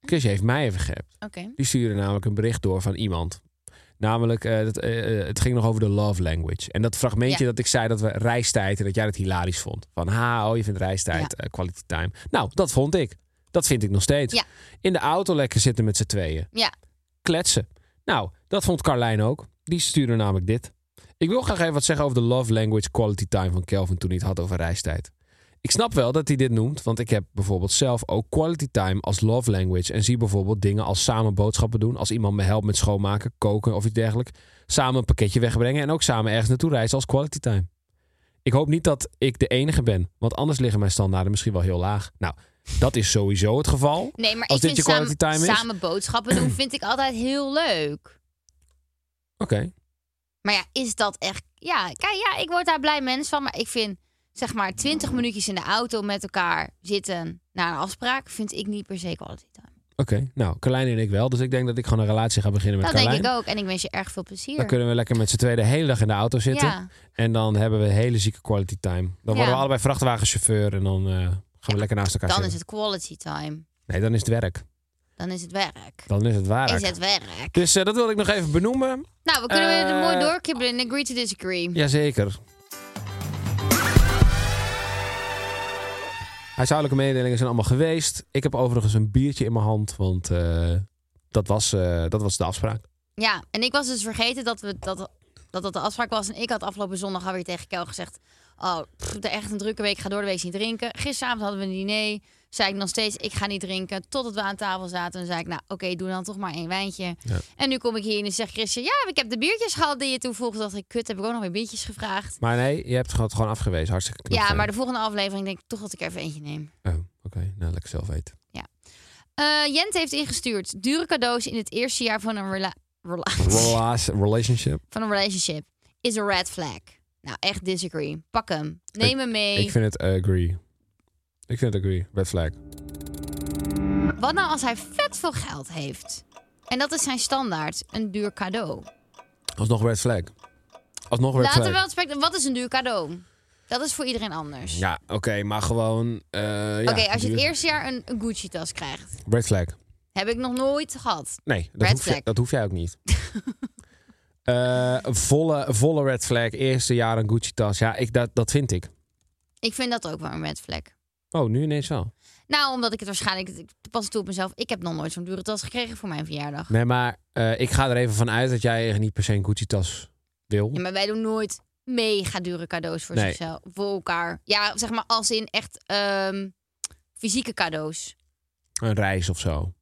Chrisje heeft mij even geappt.
Oké.
Die stuurde namelijk een bericht door van iemand. Namelijk, eh, dat, eh, eh, het ging nog over de love language. En dat fragmentje
Ja.
dat ik zei dat we reistijd en dat jij dat hilarisch vond. Van, ha, oh, je vindt reistijd, eh, quality time. Nou, dat vond ik. Dat vind ik nog steeds.
Ja.
In de auto lekker zitten met z'n tweeën.
Ja.
Kletsen. Nou, dat vond Carlijn ook. Die stuurde namelijk dit. Ik wil graag even wat zeggen over de love language quality time van Kelvin toen hij het had over reistijd. Ik snap wel dat hij dit noemt, want ik heb bijvoorbeeld zelf ook quality time als love language. En zie bijvoorbeeld dingen als samen boodschappen doen. Als iemand me helpt met schoonmaken, koken of iets dergelijks. Samen een pakketje wegbrengen en ook samen ergens naartoe reizen als quality time. Ik hoop niet dat ik de enige ben, want anders liggen mijn standaarden misschien wel heel laag. Nou, dat is sowieso het geval.
Nee, maar
Als
ik
dit
vind
je
samen,
quality time is?
samen boodschappen doen vind ik altijd heel leuk.
Oké,
Maar ja, is dat echt... Ja, kijk, ja, ik word daar blij mens van. Maar ik vind, zeg maar, 20 minuutjes in de auto met elkaar zitten naar een afspraak... vind ik niet per se quality time.
Oké, nou, Carlijn en ik wel. Dus ik denk dat ik gewoon een relatie ga beginnen met
Dat
Carlijn.
denk ik ook. En ik wens je erg veel plezier.
Dan kunnen we lekker met z'n tweeën de hele dag in de auto zitten.
Ja.
En dan hebben we hele zieke quality time. Dan worden we
Ja.
allebei vrachtwagenchauffeur. En dan eh, gaan we lekker naast elkaar
Dan is
zitten.
het quality time.
Nee, dan is het werk.
Dan is het werk.
Dan is het waar.
Is het werk.
Dus eh, dat wilde ik nog even benoemen.
Nou, we kunnen weer
Eh,
mooi doorkibbelen in Agree to Disagree.
Jazeker. Huishoudelijke mededelingen zijn allemaal geweest. Ik heb overigens een biertje in mijn hand. Want eh, dat, was, eh, dat was de afspraak.
Ja, en ik was dus vergeten dat we, dat, dat dat de afspraak was. En ik had afgelopen zondag alweer tegen Kel gezegd... Oh, pff, de echt een drukke week. Ik ga door de week niet drinken. Gisteravond hadden we een diner. Zei ik nog steeds, ik ga niet drinken. Totdat we aan tafel zaten. En zei ik, nou oké, doe dan toch maar één wijntje.
Ja.
En nu kom ik hier en dan zegt Christian... Ja, ik heb de biertjes gehad die je toevoegde. Dacht ik, kut, heb ik ook nog weer biertjes gevraagd.
Maar nee, je hebt het gewoon afgewezen. Hartstikke knap.
Ja,
van
maar de
je.
volgende aflevering denk ik toch dat ik er even eentje neem.
Oh, oké. Nou, lekker zelf eten.
Eh, Jent heeft ingestuurd. Dure cadeaus in het eerste jaar van een, rela- relatie.
Relaas- Relationship.
van een relationship is een red flag. Nou, echt disagree. Pak hem. Neem hem mee.
Ik vind het agree. Ik vind het agree. Red flag.
Wat nou als hij vet veel geld heeft? En dat is zijn standaard. Een duur cadeau.
Alsnog red flag. Alsnog red
Laten
flag.
we wel spreken. Wat is een duur cadeau? Dat is voor iedereen anders.
Ja, oké, maar gewoon... eh, ja,
Oké, als je het
duur-
eerste jaar een, een Gucci-tas krijgt.
Red flag.
Heb ik nog nooit gehad.
Nee, dat,
Red
hoef, Je,
flag.
dat hoef jij ook niet. Eh, volle, volle red flag. Eerste jaar een Gucci-tas. Ja, ik, dat, dat vind ik.
Ik vind dat ook wel een red flag.
Oh, nu ineens wel.
Nou, omdat ik het waarschijnlijk... Ik pas toe op mezelf. Ik heb nog nooit zo'n dure tas gekregen voor mijn verjaardag.
Nee, maar eh, ik ga er even van uit dat jij niet per se een Gucci-tas wil.
Ja, maar wij doen nooit mega dure cadeaus voor
Nee.
zichzelf, voor elkaar. Ja, zeg maar als in echt ehm, fysieke cadeaus.
Een reis of zo.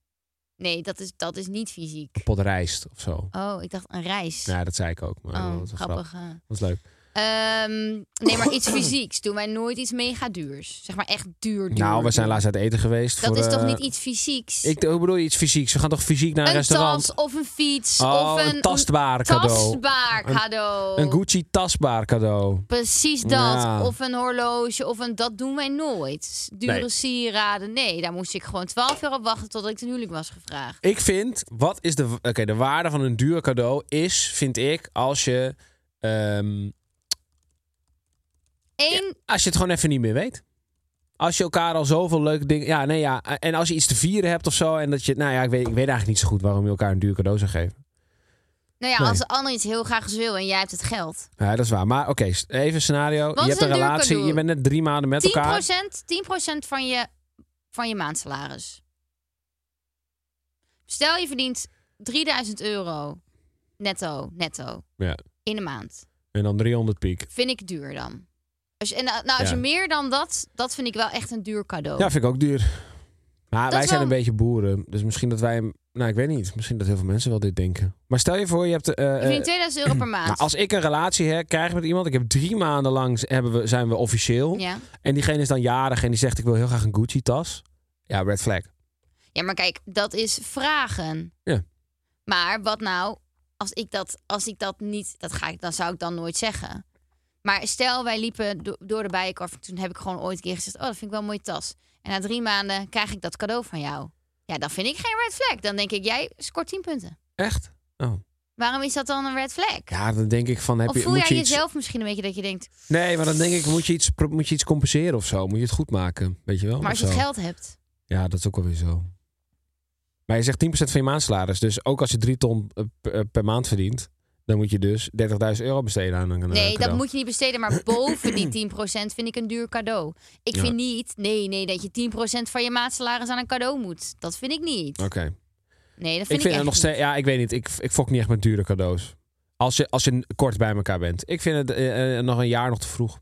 Nee, dat is, dat is niet fysiek.
Een pot rijst of zo.
Oh, ik dacht een reis.
Ja, dat zei ik ook. Maar dat
oh,
was een grap.
grappig. eh.
Dat is leuk.
Ehm, nee, maar iets fysieks. Doen wij nooit iets mega duurs. Zeg maar echt duur, duur.
nou, we
duur.
zijn laatst uit eten geweest.
Dat
voor,
is toch
eh,
niet iets fysieks?
Ik ik bedoel iets fysieks. We gaan toch fysiek naar een,
een
restaurant?
tas of een fiets
Oh,
of
een
een,
tastbaar cadeau.
tastbaar
Een-
cadeau.
Een Gucci tasbaar cadeau.
Precies dat.
Ja.
Of een horloge. Of een, dat doen wij nooit. Dure
Nee.
sieraden. Nee, daar moest ik gewoon 12 jaar op wachten totdat ik ten huwelijk was gevraagd.
Ik vind, wat is de, oké, de waarde van een duur cadeau is, vind ik, als je, ehm,
Eén,
als je het gewoon even niet meer weet. Als je elkaar al zoveel leuke dingen... Ja, nee, ja. En als je iets te vieren hebt of zo. En dat je... Nou ja, ik weet, ik weet eigenlijk niet zo goed waarom je elkaar een duur cadeau zou geven.
nou ja,
Nee.
als de ander iets heel graag wil en jij hebt het geld. 10%,
Ja, dat is waar. Maar oké, s- even een scenario.
is
je hebt
een
een
duur
relatie.
cadeau?
Je bent net drie maanden met elkaar.
10% van je, van je maandsalaris. Stel je verdient 3000 euro netto, netto
Ja.
in de maand.
En dan 300 piek.
Vind ik duur dan. Als je, en, nou, als
Ja.
je meer dan dat, dat vind ik wel echt een duur cadeau.
Ja, vind ik ook duur. Maar
Oh. is
wij zijn
wel-
een beetje boeren. Dus misschien dat wij... hem- Nou, ik weet niet. Misschien dat heel veel mensen wel dit denken. Maar stel je voor, je hebt... eh,
Je
eh,
verdient 2000 euro per maand.
Maar als ik een relatie hè, krijg met iemand, ik heb drie maanden lang z- hebben we, zijn we officieel.
Ja.
En diegene is dan jarig en die zegt ik wil heel graag een Gucci tas. Ja, red flag.
ja, maar kijk, dat is vragen.
Ja.
Maar wat nou, als ik dat, als ik dat niet, dat ga ik, dan zou ik dan nooit zeggen. Maar stel, wij liepen do- door de bijenkorf. Toen heb ik gewoon ooit een keer gezegd, oh, dat vind ik wel een mooie tas. En na drie maanden krijg ik dat cadeau van jou. Ja, dan vind ik geen red flag. Dan denk ik, jij scoort 10 punten.
Echt? Oh.
Waarom is dat dan een red flag?
Ja, dan denk ik van heb
of
je
voel
moet
jij
je iets.
jezelf misschien een beetje dat je denkt,
Nee, maar dan denk ik moet je iets pro- moet je iets compenseren of zo, moet je het goed maken, weet je wel?
maar
of
als je het
Oh, zo.
geld hebt.
Ja, dat is ook wel weer zo. Maar je zegt 10% van je maandsalaris, dus ook als je drie ton eh, p- eh, per maand verdient, dan moet je dus 30.000 euro besteden aan een eh,
Nee, dat
cadeau.
moet je niet besteden. Maar boven die 10% vind ik een duur cadeau. Ik
Ja.
vind niet, nee, nee, dat je 10% van je maandsalaris aan een cadeau moet. Dat vind ik niet.
Oké.
Nee, dat vind ik,
Ik vind
echt
het nog
niet.
steeds, ja, ik weet niet. Ik, ik fok niet echt met dure cadeaus. Als je, als je kort bij elkaar bent. Ik vind het eh, eh, nog een jaar nog te vroeg.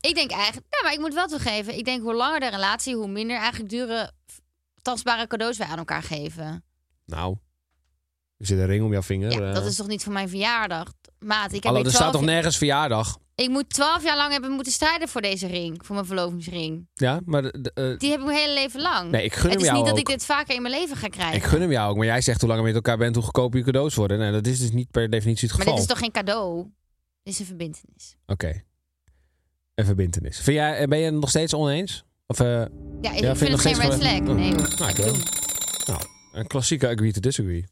Ik denk eigenlijk, nou, maar ik moet wel toegeven. Ik denk hoe langer de relatie, hoe minder eigenlijk dure f- tastbare cadeaus wij aan elkaar geven.
Nou, er zit een ring om jouw vinger.
Ja,
eh.
dat is toch niet voor mijn verjaardag? Maat, ik, heb
Hallo,
hier
er staat
12
toch
jaar-
nergens verjaardag?
ik moet 12 jaar lang hebben moeten strijden voor deze ring. Voor mijn verlovingsring.
Ja, maar... de- de, eh,
Die heb ik mijn hele leven lang.
nee, ik gun
het
hem
is
jou
niet
ook.
dat ik dit vaker in mijn leven ga krijgen.
Ik gun hem jou ook. Maar jij zegt hoe langer je met elkaar bent, hoe goedkoper je cadeaus worden. Nou, dat is dus niet per definitie het
maar
geval.
dit is toch geen cadeau? Dit is een verbindenis.
Oké. Een verbintenis. Vind jij, ben je het nog steeds oneens? Of... eh,
Ja, ik
Ja, vind
vind,
je
het
nog
geen
steeds
red
wel-
flag.
Oh.
Nee, hoor.
Nou, ik
Doe.
wel. Nou, Een klassieke agree to disagree.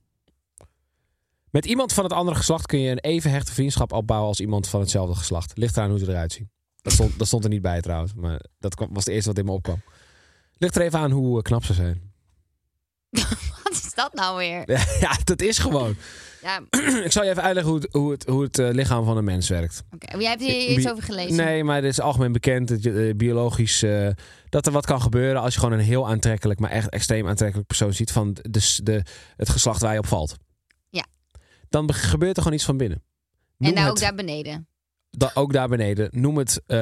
Met iemand van het andere geslacht kun je een even hechte vriendschap opbouwen als iemand van hetzelfde geslacht. Ligt eraan hoe ze eruit zien. Dat stond, dat stond er niet bij trouwens, maar dat kwam- was het eerste wat in me opkwam. Ligt er even aan hoe eh, knap ze zijn.
Wat is dat nou weer?
ja, dat is gewoon.
Ja, oké.
Ik zal je even uitleggen hoe het, hoe het, hoe het eh, lichaam van een mens werkt.
Jij hebt hier iets
Bi-
over gelezen.
Nee, maar het is algemeen bekend dat je, eh, biologisch eh, dat er wat kan gebeuren als je gewoon een heel aantrekkelijk, maar echt extreem aantrekkelijk persoon ziet van de, s- de, het geslacht waar je op valt.
Ja.
Dan be- gebeurt er gewoon iets van binnen.
en
Noem
nou ook
het-
daar beneden.
da- ook daar beneden. Noem het eh,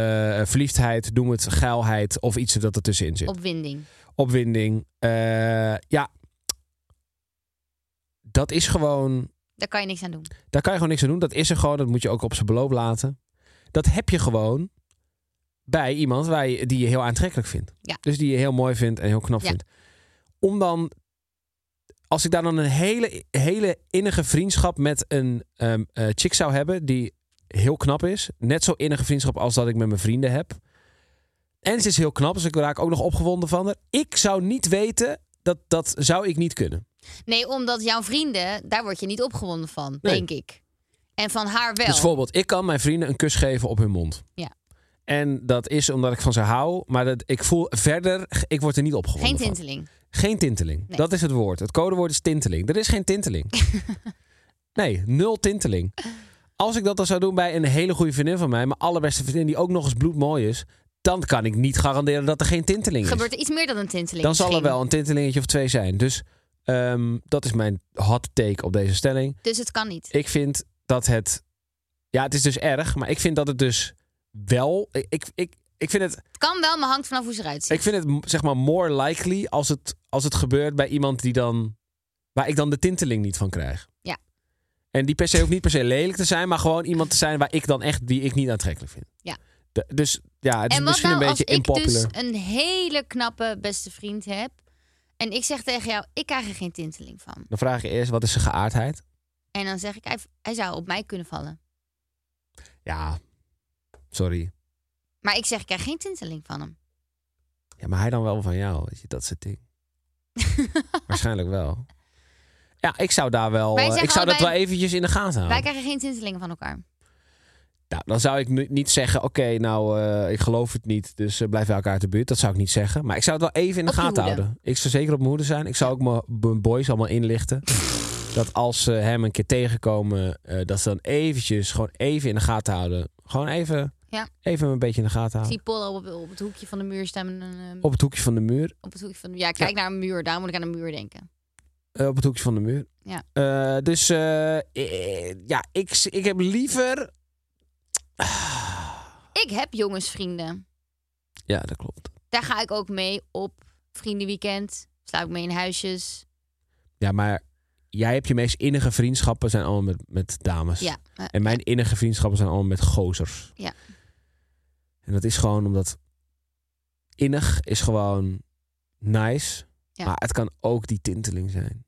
verliefdheid, noem het geilheid of iets dat ertussenin zit.
Opwinding.
Opwinding. Eh, ja. Dat is gewoon
Daar kan je niks aan doen.
daar kan je gewoon niks aan doen. Dat is er gewoon. Dat moet je ook op zijn beloop laten. Dat heb je gewoon bij iemand waar je, die je heel aantrekkelijk vindt.
Ja.
Dus die je heel mooi vindt en heel knap
Ja.
vindt. Om dan, als ik daar dan een hele, hele innige vriendschap met een ehm, eh, chick zou hebben die heel knap is. Net zo innige vriendschap als dat ik met mijn vrienden heb. En ze is heel knap, dus ik raak ook nog opgewonden van haar. Ik zou niet weten, dat, dat zou ik niet kunnen.
Nee, omdat jouw vrienden, daar word je niet opgewonden van,
Nee.
denk ik. En van haar wel.
Dus bijvoorbeeld, ik kan mijn vrienden een kus geven op hun mond.
Ja.
En dat is omdat ik van ze hou, maar dat, ik voel verder, ik word er niet opgewonden
Geen
van.
tinteling.
Geen tinteling.
Nee.
Dat is het woord. Het codewoord is tinteling. Er is geen tinteling. nee, nul tinteling. Als ik dat dan zou doen bij een hele goede vriendin van mij, mijn allerbeste vriendin die ook nog eens bloedmooi is, dan kan ik niet garanderen dat er geen tinteling is.
Gebeurt er iets meer dan een tinteling?
dan zal er
misschien.
wel een tintelingetje of twee zijn. Dus ehm, dat is mijn hot take op deze stelling.
Dus het kan niet.
Ik vind dat het. Ja, het is dus erg, maar ik vind dat het dus wel. Ik, ik, ik, ik, vind, het,
Het kan wel, maar hangt vanaf hoe ze eruit ziet.
ik vind het zeg maar more likely als het, als het gebeurt bij iemand die dan. waar ik dan de tinteling niet van krijg.
Ja.
En die per se hoeft niet per se lelijk te zijn, maar gewoon iemand te zijn waar ik dan echt. die ik niet aantrekkelijk vind.
Ja.
De- dus ja, het is
en wat
misschien
nou
een
als
beetje
ik
impopular.
dus een hele knappe beste vriend heb... en ik zeg tegen jou, ik krijg er geen tinteling van.
Dan vraag ik eerst, wat is zijn geaardheid?
En dan zeg ik, hij, hij zou op mij kunnen vallen.
Ja, sorry.
Maar ik zeg, ik krijg geen tinteling van hem.
Ja, maar hij dan wel van jou, weet je, dat soort dingen. Waarschijnlijk wel. Ja, ik zou daar wel.
Wij
eh,
zeggen
Ik zou dat wel
allebei-
eventjes in de gaten
Wij
houden.
krijgen geen tintelingen van elkaar.
Ah. Nou, dan zou ik nu niet zeggen: Oké, nou, eh, ik geloof het niet, dus eh, blijf bij elkaar uit de buurt. Dat zou ik niet zeggen. Maar ik zou het wel even in de
Op je
gaten
hoede.
houden. Ik zou zeker op mijn hoede zijn. Ik zou ook mijn- mijn boys allemaal inlichten. dat als ze hem een keer tegenkomen, eh, dat ze dan eventjes, gewoon even in de gaten houden. Gewoon even,
Ja.
even een beetje in de gaten
Ik
houden.
zie Pollo op, op het hoekje van de muur staan. en, ehm,
Op het hoekje van de muur.
op het hoekje van de Ja, ik kijk naar een muur. Daarom moet ik aan een muur denken.
Eh, op het hoekje van de muur.
Ja.
Eh, dus eh, eh, ja, ik, s- ik heb liever.
Ik heb jongensvrienden.
Ja, dat klopt.
Daar ga ik ook mee op vriendenweekend. Sla ik mee in huisjes.
Ja, maar jij hebt je meest innige vriendschappen zijn allemaal met, met dames.
Ja. eh,
En mijn innige vriendschappen zijn allemaal met gozers.
Ja.
En dat is gewoon omdat innig is gewoon nice,
Ja.
maar het kan ook die tinteling zijn.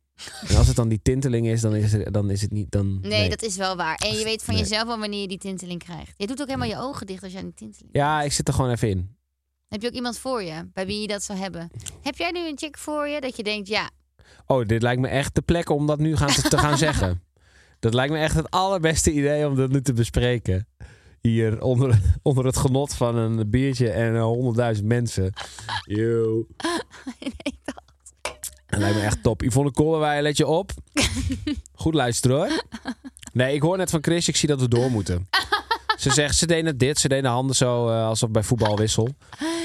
En als het dan die tinteling is, dan is het, dan is het niet. Dan,
Nee, dat is wel waar. En je weet van
Nee.
jezelf wel wanneer je die tinteling krijgt. Je doet ook helemaal je ogen dicht als je aan die tinteling
Ja, ik zit er gewoon even in.
Heb je ook iemand voor je, bij wie je dat zou hebben? Heb jij nu een chick voor je dat je denkt, ja,
Oh, dit lijkt me echt de plek om dat nu gaan te, te gaan zeggen. Dat lijkt me echt het allerbeste idee om dat nu te bespreken. Hier onder, onder het genot van een biertje en eh, honderdduizend mensen. Yo.
nee, dat-
Dat lijkt me echt top. Yvonne Koolwij, let je op. Goed luisteren hoor. Nee, ik hoor net van Chris, ik zie dat we door moeten. Ze zegt, ze deden dit, ze deden handen zo eh, alsof bij voetbalwissel.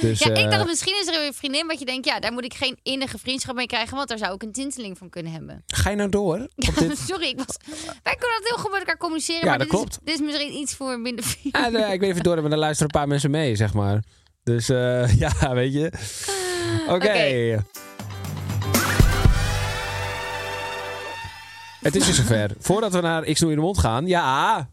Dus,
ja, ik
eh,
dacht misschien is er een vriendin wat je denkt, ja, daar moet ik geen innige vriendschap mee krijgen, want daar zou ik een tinteling van kunnen hebben.
Ga je nou door? Op dit?
Sorry, ik was... wij kunnen dat heel goed met elkaar communiceren,
Ja,
maar
dat
dit,
klopt.
Is, dit is misschien iets voor minder vier.
Ah, nou Ja, nee, ik weet even door, maar dan luisteren een paar mensen mee, zeg maar. Dus eh, ja, weet je. Oké.
Ah, Oké.
dus Het is weer zover. Voordat we naar Ik Snoei in de Mond gaan, ja.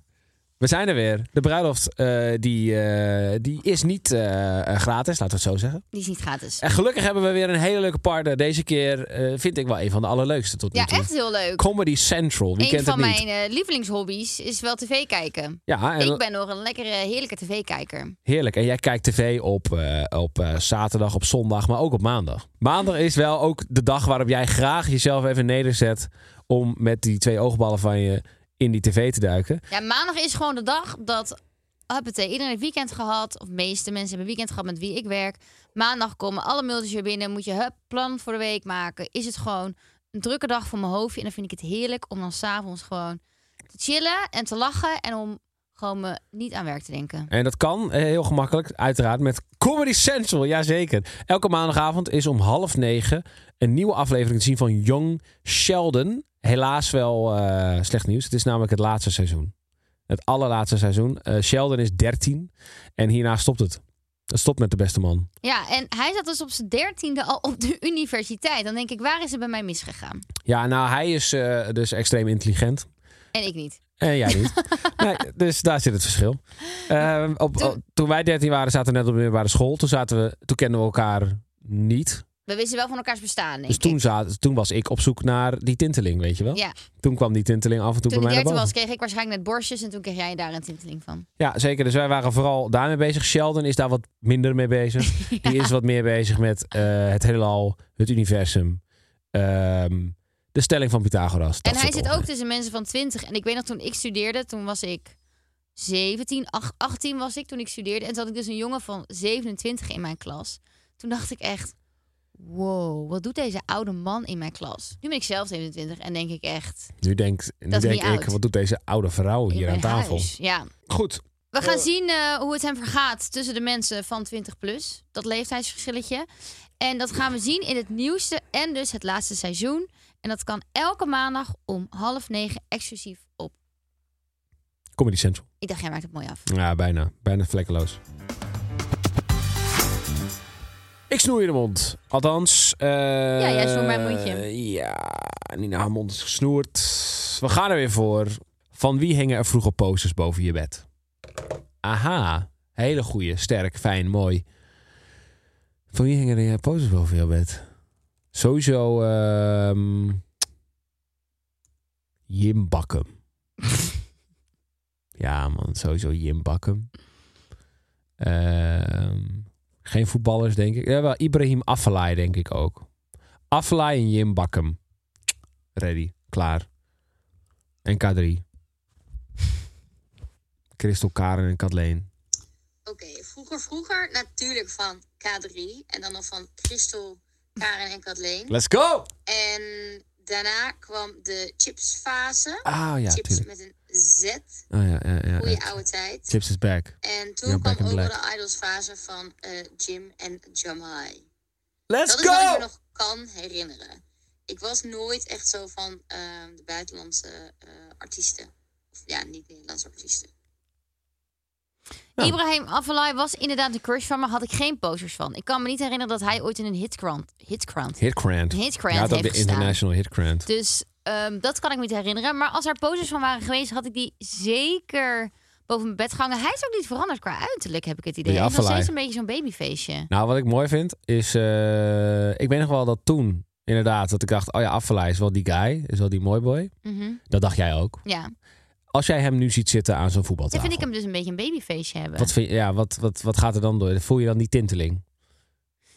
We zijn er weer. De bruiloft eh, die, eh, die is niet eh, eh, gratis, laten we het zo zeggen.
Die is niet gratis.
En gelukkig hebben we weer een hele leuke partner. Deze keer eh, vind ik wel een van de allerleukste tot nu
Ja,
toe.
echt heel leuk.
Comedy Central, wie
een
kent het
van
niet?
mijn eh, lievelingshobby's is wel tv kijken.
Ja, en-
Ik ben nog een lekkere, heerlijke tv-kijker.
heerlijk. En jij kijkt tv op, eh, op eh, zaterdag, op zondag, maar ook op maandag. Maandag is wel ook de dag waarop jij graag jezelf even nederzet... om met die twee oogballen van je in die tv te duiken.
Ja, maandag is gewoon de dag dat... Huppatee, iedereen heeft weekend gehad. Of de meeste mensen hebben weekend gehad met wie ik werk. Maandag komen alle mailtjes weer binnen. Moet je hup, plan voor de week maken. Is het gewoon een drukke dag voor mijn hoofdje. En dan vind ik het heerlijk om dan s'avonds gewoon te chillen en te lachen. En om gewoon me niet aan werk te denken.
En dat kan eh, heel gemakkelijk, uiteraard, met Comedy Central. Jazeker. Elke maandagavond is om half negen een nieuwe aflevering te zien van Young Sheldon. Helaas wel eh, slecht nieuws. Het is namelijk het laatste seizoen. Het allerlaatste seizoen. Eh, Sheldon is 13 en hierna stopt het. Het stopt met de beste man.
Ja, en hij zat dus op zijn dertiende al op de universiteit. Dan denk ik, waar is het bij mij misgegaan?
Ja, nou, hij is eh, dus extreem intelligent.
En ik niet.
En jij niet. nee, dus daar zit het verschil. Ehm, op,
Toen-
op- toen wij 13 waren, zaten we net op de middelbare school. Toen, zaten we, toen kenden we elkaar niet.
We wisten wel van elkaars bestaan, denk
Dus toen,
ik.
zaten, toen was ik op zoek naar die tinteling, weet je wel?
Ja,
Toen kwam die tinteling af en toe
toen ik
bij mij naar
dertien was,
boven.
kreeg ik waarschijnlijk net borstjes. En toen kreeg jij daar een tinteling van.
Ja, zeker. Dus wij waren vooral daarmee bezig. Sheldon is daar wat minder mee bezig. Die is wat meer bezig met eh, het heelal, het universum, ehm, de stelling van Pythagoras. dat
en hij
soort
zit ook
ongeveer.
tussen mensen van 20. En ik weet nog, toen ik studeerde, toen was ik 17, ach- 18 was ik toen ik studeerde. En toen had ik dus een jongen van 27 in mijn klas. Toen dacht ik echt, wow, wat doet deze oude man in mijn klas? Nu ben ik zelf 27 en denk ik echt,
Nu denk, nu
is
denk
niet
ik,
oud.
wat doet deze oude vrouw
in
hier aan
mijn
tafel?
huis. Ja.
Goed.
We gaan zien eh, hoe het hem vergaat tussen de mensen van 20 plus. Dat leeftijdsverschilletje. En dat gaan we zien in het nieuwste en dus het laatste seizoen. En dat kan elke maandag om half negen exclusief op.
Comedy Central.
Ik dacht, jij maakt het mooi af.
Ja, bijna. Bijna vlekkeloos. Ik snoei de mond. Althans. eh,
Ja, jij snoert mijn mondje.
Ja, Nina, haar mond is gesnoerd. We gaan er weer voor. Van wie hingen er vroeger posters boven je bed? Aha. Hele goeie. Sterk, fijn, mooi. Van wie hingen er eh, posters boven je bed? Sowieso. ehm Jim Bakkum. Ja, man, sowieso Jim Bakkum. Ehm, geen voetballers, denk ik. Ja, wel Ibrahim Afellay, denk ik ook. Afellay en Jim Bakkum. Ready, klaar. En K3. Christel Karen en Kathleen.
Oké, vroeger, vroeger natuurlijk van K3 en dan nog van Christel, Karen en Kathleen.
Let's go!
En daarna kwam de chipsfase.
Ah, ja,
chips
tuurlijk.
met een Z,
Ah, ja, ja, ja,
goede
ja.
oude tijd.
Chips is back.
En toen
Ja, Back
kwam
in
ook wel
Black.
de idols fase van eh, Jim en Jamai.
Let's
Dat is wat ik me nog kan herinneren. Ik was nooit echt zo van ehm, de buitenlandse eh, artiesten. Of ja, niet Nederlandse artiesten.
Ibrahim Afellay was inderdaad een crush van me. Had ik geen posters van. Ik kan me niet herinneren dat hij ooit in een hitkrant... Hitkrant?
Hit Grand.
Hit Grand
Ja, dat
heeft
de
gestaan.
International Hit Grand.
Dus ehm, dat kan ik me niet herinneren. Maar als er posters van waren geweest, had ik die zeker boven mijn bed gehangen. Hij is ook niet veranderd qua uiterlijk, heb ik het idee.
Die
Hij is nog
Afellay.
steeds een beetje zo'n babyfeestje.
Nou, wat ik mooi vind is. eh, ik weet nog wel dat toen, inderdaad, dat ik dacht: oh ja, Affalay is wel die guy, is wel die mooi boy.
Mhm.
Dat dacht jij ook.
Ja.
Als jij hem nu ziet zitten aan zo'n
Dan
voetbaltafel.
vind ik hem dus een beetje een babyfeestje hebben.
Wat, vind, ja, wat, wat, wat gaat er dan door? Voel je dan die tinteling?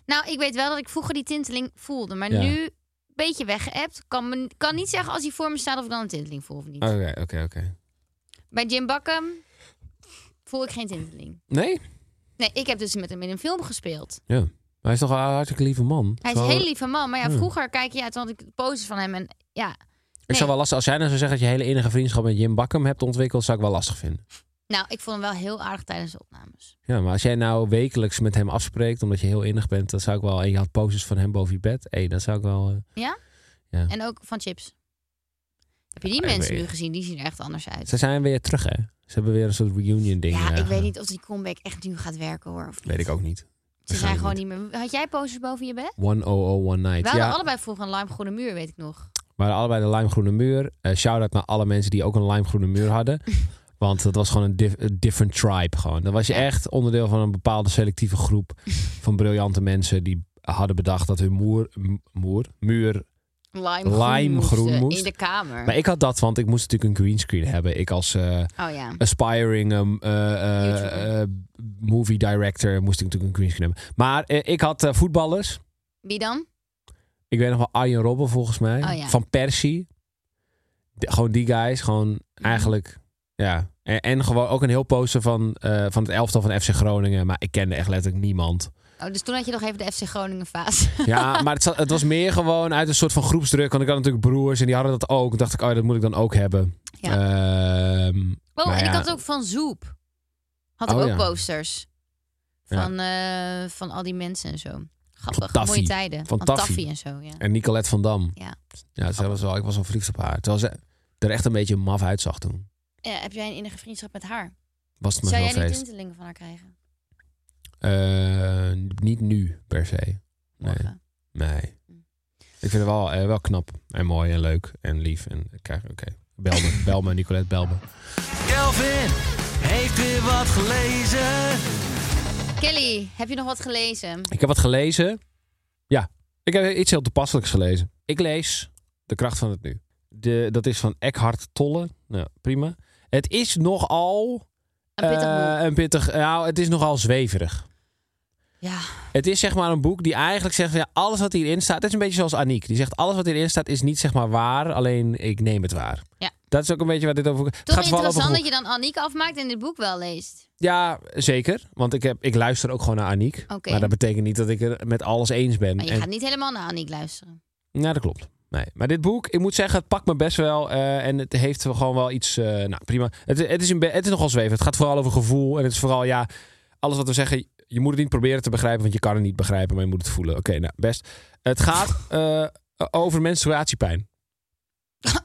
Nou, ik weet wel dat ik vroeger die tinteling voelde. Maar
Ja.
nu een beetje weggeëpt. Kan, me, kan niet zeggen als hij voor me staat of ik dan een tinteling voel of niet.
Oké, Oh, oké, oké.
Bij Jim Bakkum voel ik geen tinteling.
Nee?
Nee, ik heb dus met hem in een film gespeeld.
Ja. Hij is toch wel een hartstikke lieve man.
Hij is
Zou-
een hele lieve man. Maar ja,
Ja.
vroeger kijk ja, toen had ik poses van hem. En ja,
Hmm. Ik zou wel lastig, als jij dan zou zeggen dat je hele innige vriendschap met Jim Bakkum hebt ontwikkeld, zou ik wel lastig vinden.
nou, ik vond hem wel heel aardig tijdens de opnames.
Ja, maar als jij nou wekelijks met hem afspreekt, omdat je heel innig bent, dan zou ik wel. En je had poses van hem boven je bed. Hé, dan zou ik wel. eh,
En ook van chips. Heb je die
Ja, ik
mensen
weet-
nu gezien? Die zien er echt anders uit.
Ze zijn weer terug, hè? Ze hebben weer een soort reunion ding.
Ja,
eh,
ik weet niet of die comeback echt nu gaat werken hoor. Of niet.
Weet ik ook niet.
Ze zijn gewoon
Waarschijnlijk
niet meer. Had jij posters boven je bed?
1001 Night.
We hadden
ja,
allebei vroeger een lime groene muur, weet ik nog.
we hadden allebei de limegroene muur. Eh Shout-out naar alle mensen die ook een limegroene muur hadden. Want dat was gewoon een dif- een different tribe. Gewoon. Dan was je echt onderdeel van een bepaalde selectieve groep van briljante mensen die hadden bedacht dat hun moer, m- moer, muur.
Lime,
Lime
groen,
groen
moest, eh,
moest.
In de kamer.
Maar ik had dat, want ik moest natuurlijk een greenscreen hebben. Ik als eh,
Oh ja.
aspiring um, eh, eh,
YouTuber.
eh, movie director moest ik natuurlijk een greenscreen hebben. Maar eh, ik had eh, voetballers.
Wie dan?
Ik weet nog wel Arjen Robben volgens mij.
Oh ja.
Van Persie. De- gewoon die guys. Gewoon
Mhm.
eigenlijk. Ja. En, en gewoon ook een heel poster van, eh, van het elftal van FC Groningen. Maar ik kende echt letterlijk niemand.
Oh, dus toen had je nog even de FC Groningen fase.
Ja, maar het, zat- het was meer gewoon uit een soort van groepsdruk. Want ik had natuurlijk broers en die hadden dat ook. En dacht ik, oh, dat moet ik dan ook hebben.
Ja.
Ehm,
Oh,
maar
en ik
ja.
had ook van Zoep. Had ik
Oh,
ook
ja.
posters.
Ja.
Van, eh, van al die mensen en zo. Grappig,
Van Taffy.
mooie tijden.
Van Taffy.
en zo, ja.
En Nicolette van Dam.
Ja.
Ja, zij was wel, ik was wel verliefd op haar. Terwijl ze er echt een beetje maf uitzag toen.
Ja, Heb jij een innige vriendschap met haar?
Was het maar
Zou
wel
jij niet
feest.
tintelingen van haar krijgen?
Eh, niet nu, per se. Nee.
Morgen.
Nee.
Hm.
Ik vind het wel, eh, wel knap en mooi en leuk en lief. En ik krijg, oké, bel me, bel me, Nicolette, bel me.
Kelvin heeft weer wat gelezen.
Kelly, heb je nog wat gelezen?
Ik heb wat gelezen. Ja, ik heb iets heel toepasselijks gelezen. Ik lees De Kracht van het Nu. De, dat is van Eckhart Tolle. Nou, prima. Het is nogal...
Een pittig
eh,
boek.
een pittig Nou, het is nogal zweverig.
Ja.
Het is zeg maar een boek die eigenlijk zegt... Ja, alles wat hierin staat... Het is een beetje zoals Aniek. Die zegt, alles wat hierin staat is niet zeg maar waar. Alleen ik neem het waar.
Ja.
Dat is ook een beetje waar dit over... Het
Toch
gaat vooral over
interessant
gevoel.
dat je dan Aniek afmaakt en dit boek wel leest.
Ja, zeker. Want ik, heb, ik luister ook gewoon naar Aniek.
Oké.
Maar dat betekent niet dat ik er met alles eens ben.
Maar je
En-
gaat niet helemaal naar Aniek luisteren.
Ja, Nou, dat klopt. Nee. Maar dit boek, ik moet zeggen, het pakt me best wel. eh, en het heeft wel gewoon wel iets. eh, nou, prima. Het, het, is een, be- het is nogal zweven. Het gaat vooral over gevoel. En het is vooral, ja, alles wat we zeggen. Je moet het niet proberen te begrijpen, want je kan het niet begrijpen, maar je moet het voelen. Oké, nou, best. Het gaat eh, over menstruatiepijn.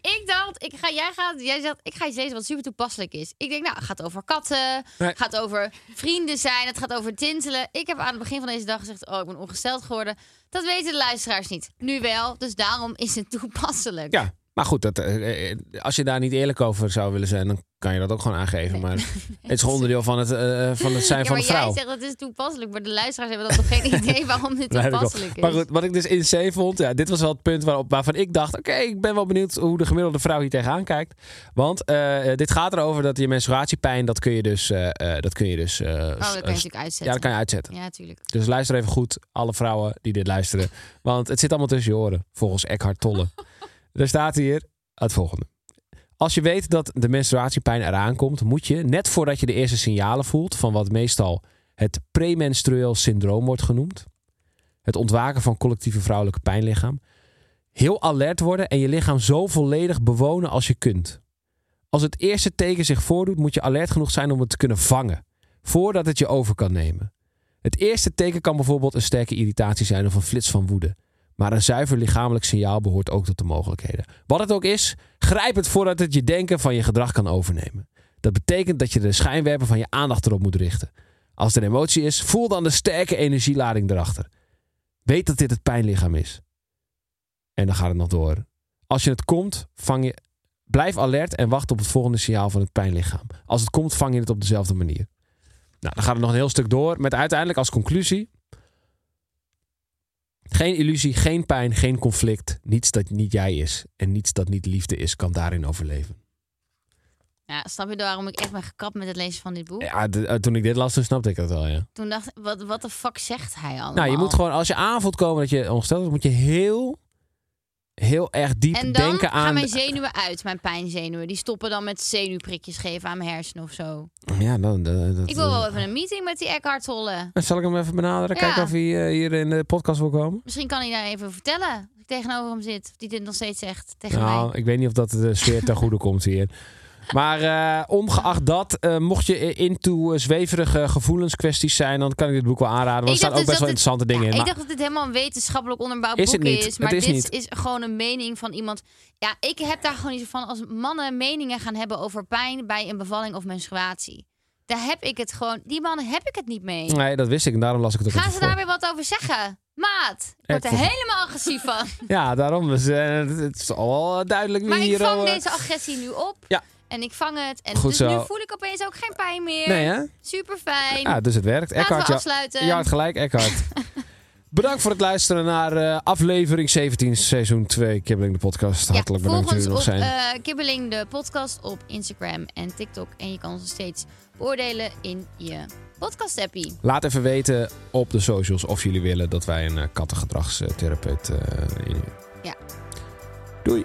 Ik dacht, ik ga, jij, gaat, jij zegt, ik ga iets lezen wat super toepasselijk is. Ik denk, nou, het gaat over katten,
Nee.
het gaat over vrienden zijn, het gaat over tintelen. Ik heb aan het begin van deze dag gezegd, oh, ik ben ongesteld geworden. Dat weten de luisteraars niet. Nu wel, dus daarom is het toepasselijk.
Ja, maar goed, dat, eh, eh, als je daar niet eerlijk over zou willen zijn, dan kan je dat ook gewoon aangeven. Maar het is gewoon onderdeel van het, eh, van het zijn
Ja,
van
maar
de vrouw.
jij zegt, het is toepasselijk, maar de luisteraars hebben dan toch geen idee waarom dit
Nee, heb ik wel.
toepasselijk is.
Maar goed, wat ik dus insane vond, ja, dit was wel het punt waarop, waarvan ik dacht: oké, ik ben wel benieuwd hoe de gemiddelde vrouw hier tegenaan kijkt. Want eh, eh, dit gaat erover dat je menstruatiepijn, dat kun je dus. eh, eh, dat kun je dus eh,
oh, dat kan je
s-
natuurlijk
ja,
uitzetten.
dat kan je uitzetten.
Ja, natuurlijk.
Dus luister even goed, alle vrouwen die dit luisteren. Want het zit allemaal tussen je oren, volgens Eckhart Tolle. Daar staat hier het volgende. Als je weet dat de menstruatiepijn eraan komt, moet je, net voordat je de eerste signalen voelt van wat meestal het premenstrueel syndroom wordt genoemd, het ontwaken van collectieve vrouwelijke pijnlichaam, heel alert worden en je lichaam zo volledig bewonen als je kunt. Als het eerste teken zich voordoet, moet je alert genoeg zijn om het te kunnen vangen, voordat het je over kan nemen. Het eerste teken kan bijvoorbeeld een sterke irritatie zijn of een flits van woede. Maar een zuiver lichamelijk signaal behoort ook tot de mogelijkheden. Wat het ook is, grijp het voordat het je denken van je gedrag kan overnemen. Dat betekent dat je de schijnwerper van je aandacht erop moet richten. Als er een emotie is, voel dan de sterke energielading erachter. Weet dat dit het pijnlichaam is. En dan gaat het nog door. Als je het komt, vang je... blijf alert en wacht op het volgende signaal van het pijnlichaam. Als het komt, vang je het op dezelfde manier. Nou, dan gaat het nog een heel stuk door. Met uiteindelijk als conclusie. Geen illusie, geen pijn, geen conflict. Niets dat niet jij is en niets dat niet liefde is, kan daarin overleven.
Ja, snap je waarom ik echt ben gekapt met het lezen van dit boek?
Ja, d- eh, toen ik dit las, toen snapte ik dat wel, ja.
Toen dacht ik, wat, wat de fuck zegt hij allemaal?
Nou, je moet gewoon, als je aanvoelt komen dat je ongesteld wordt, moet je heel, heel erg diep
En dan
denken aan...
gaan mijn zenuwen uit, mijn pijnzenuwen. Die stoppen dan met zenuwprikjes geven aan mijn hersenen of zo.
Ja, dan... dan- dat- eh,
Ik wil wel even een meeting met die Eckhart Tolle.
Zal ik hem even benaderen?
Ja.
Kijken of hij eh, hier in de podcast wil komen?
Misschien kan hij daar even vertellen. Als ik tegenover hem zit. Of die dit nog steeds zegt tegen
nou,
mij.
ik weet niet of dat de sfeer ten goede komt hier. Maar eh, ongeacht dat, eh, mocht je into eh, zweverige gevoelenskwesties zijn, dan kan ik dit boek wel aanraden. Want er
Ik
staan ook
dacht
best wel
dus dat
interessante
dit-
dingen in.
ja,
Maar
Ik dacht dat dit helemaal een wetenschappelijk onderbouwd
Is het
boek
niet.
is. Maar
Het is
dit
niet.
is gewoon een mening van iemand. Ja, ik heb daar gewoon iets van. Als mannen meningen gaan hebben over pijn bij een bevalling of menstruatie. Daar heb ik het gewoon. Die mannen heb ik het niet mee.
Nee, dat wist ik en daarom las ik het ook
Gaan
even
ze
voor.
daar weer wat over zeggen? Maat, ik word er
Echt, volgens-
helemaal agressief van.
Ja, daarom. Dus, eh, het is al wel duidelijk wie
Maar ik
hier
vang
al... eh,
deze agressie nu op.
Ja.
en ik vang het. En
Goed
dus
zo.
nu voel ik opeens ook geen pijn meer.
Nee, hè?
Super fijn.
Ja, dus het werkt.
Laten
Eckhart,
we
ja-
afsluiten.
Je had gelijk, Eckhart. Bedankt voor het luisteren naar eh, aflevering 17, seizoen 2, Kibbeling de podcast. Hartelijk
ja, volg
bedankt dat
ons
jullie er nog
op
zijn.
eh, Kibbeling de podcast op Instagram en TikTok. En je kan ons nog steeds beoordelen in je podcast appie.
Laat even weten op de socials of jullie willen dat wij een eh, kattengedragstherapeut eh, in.
Ja.
Doei.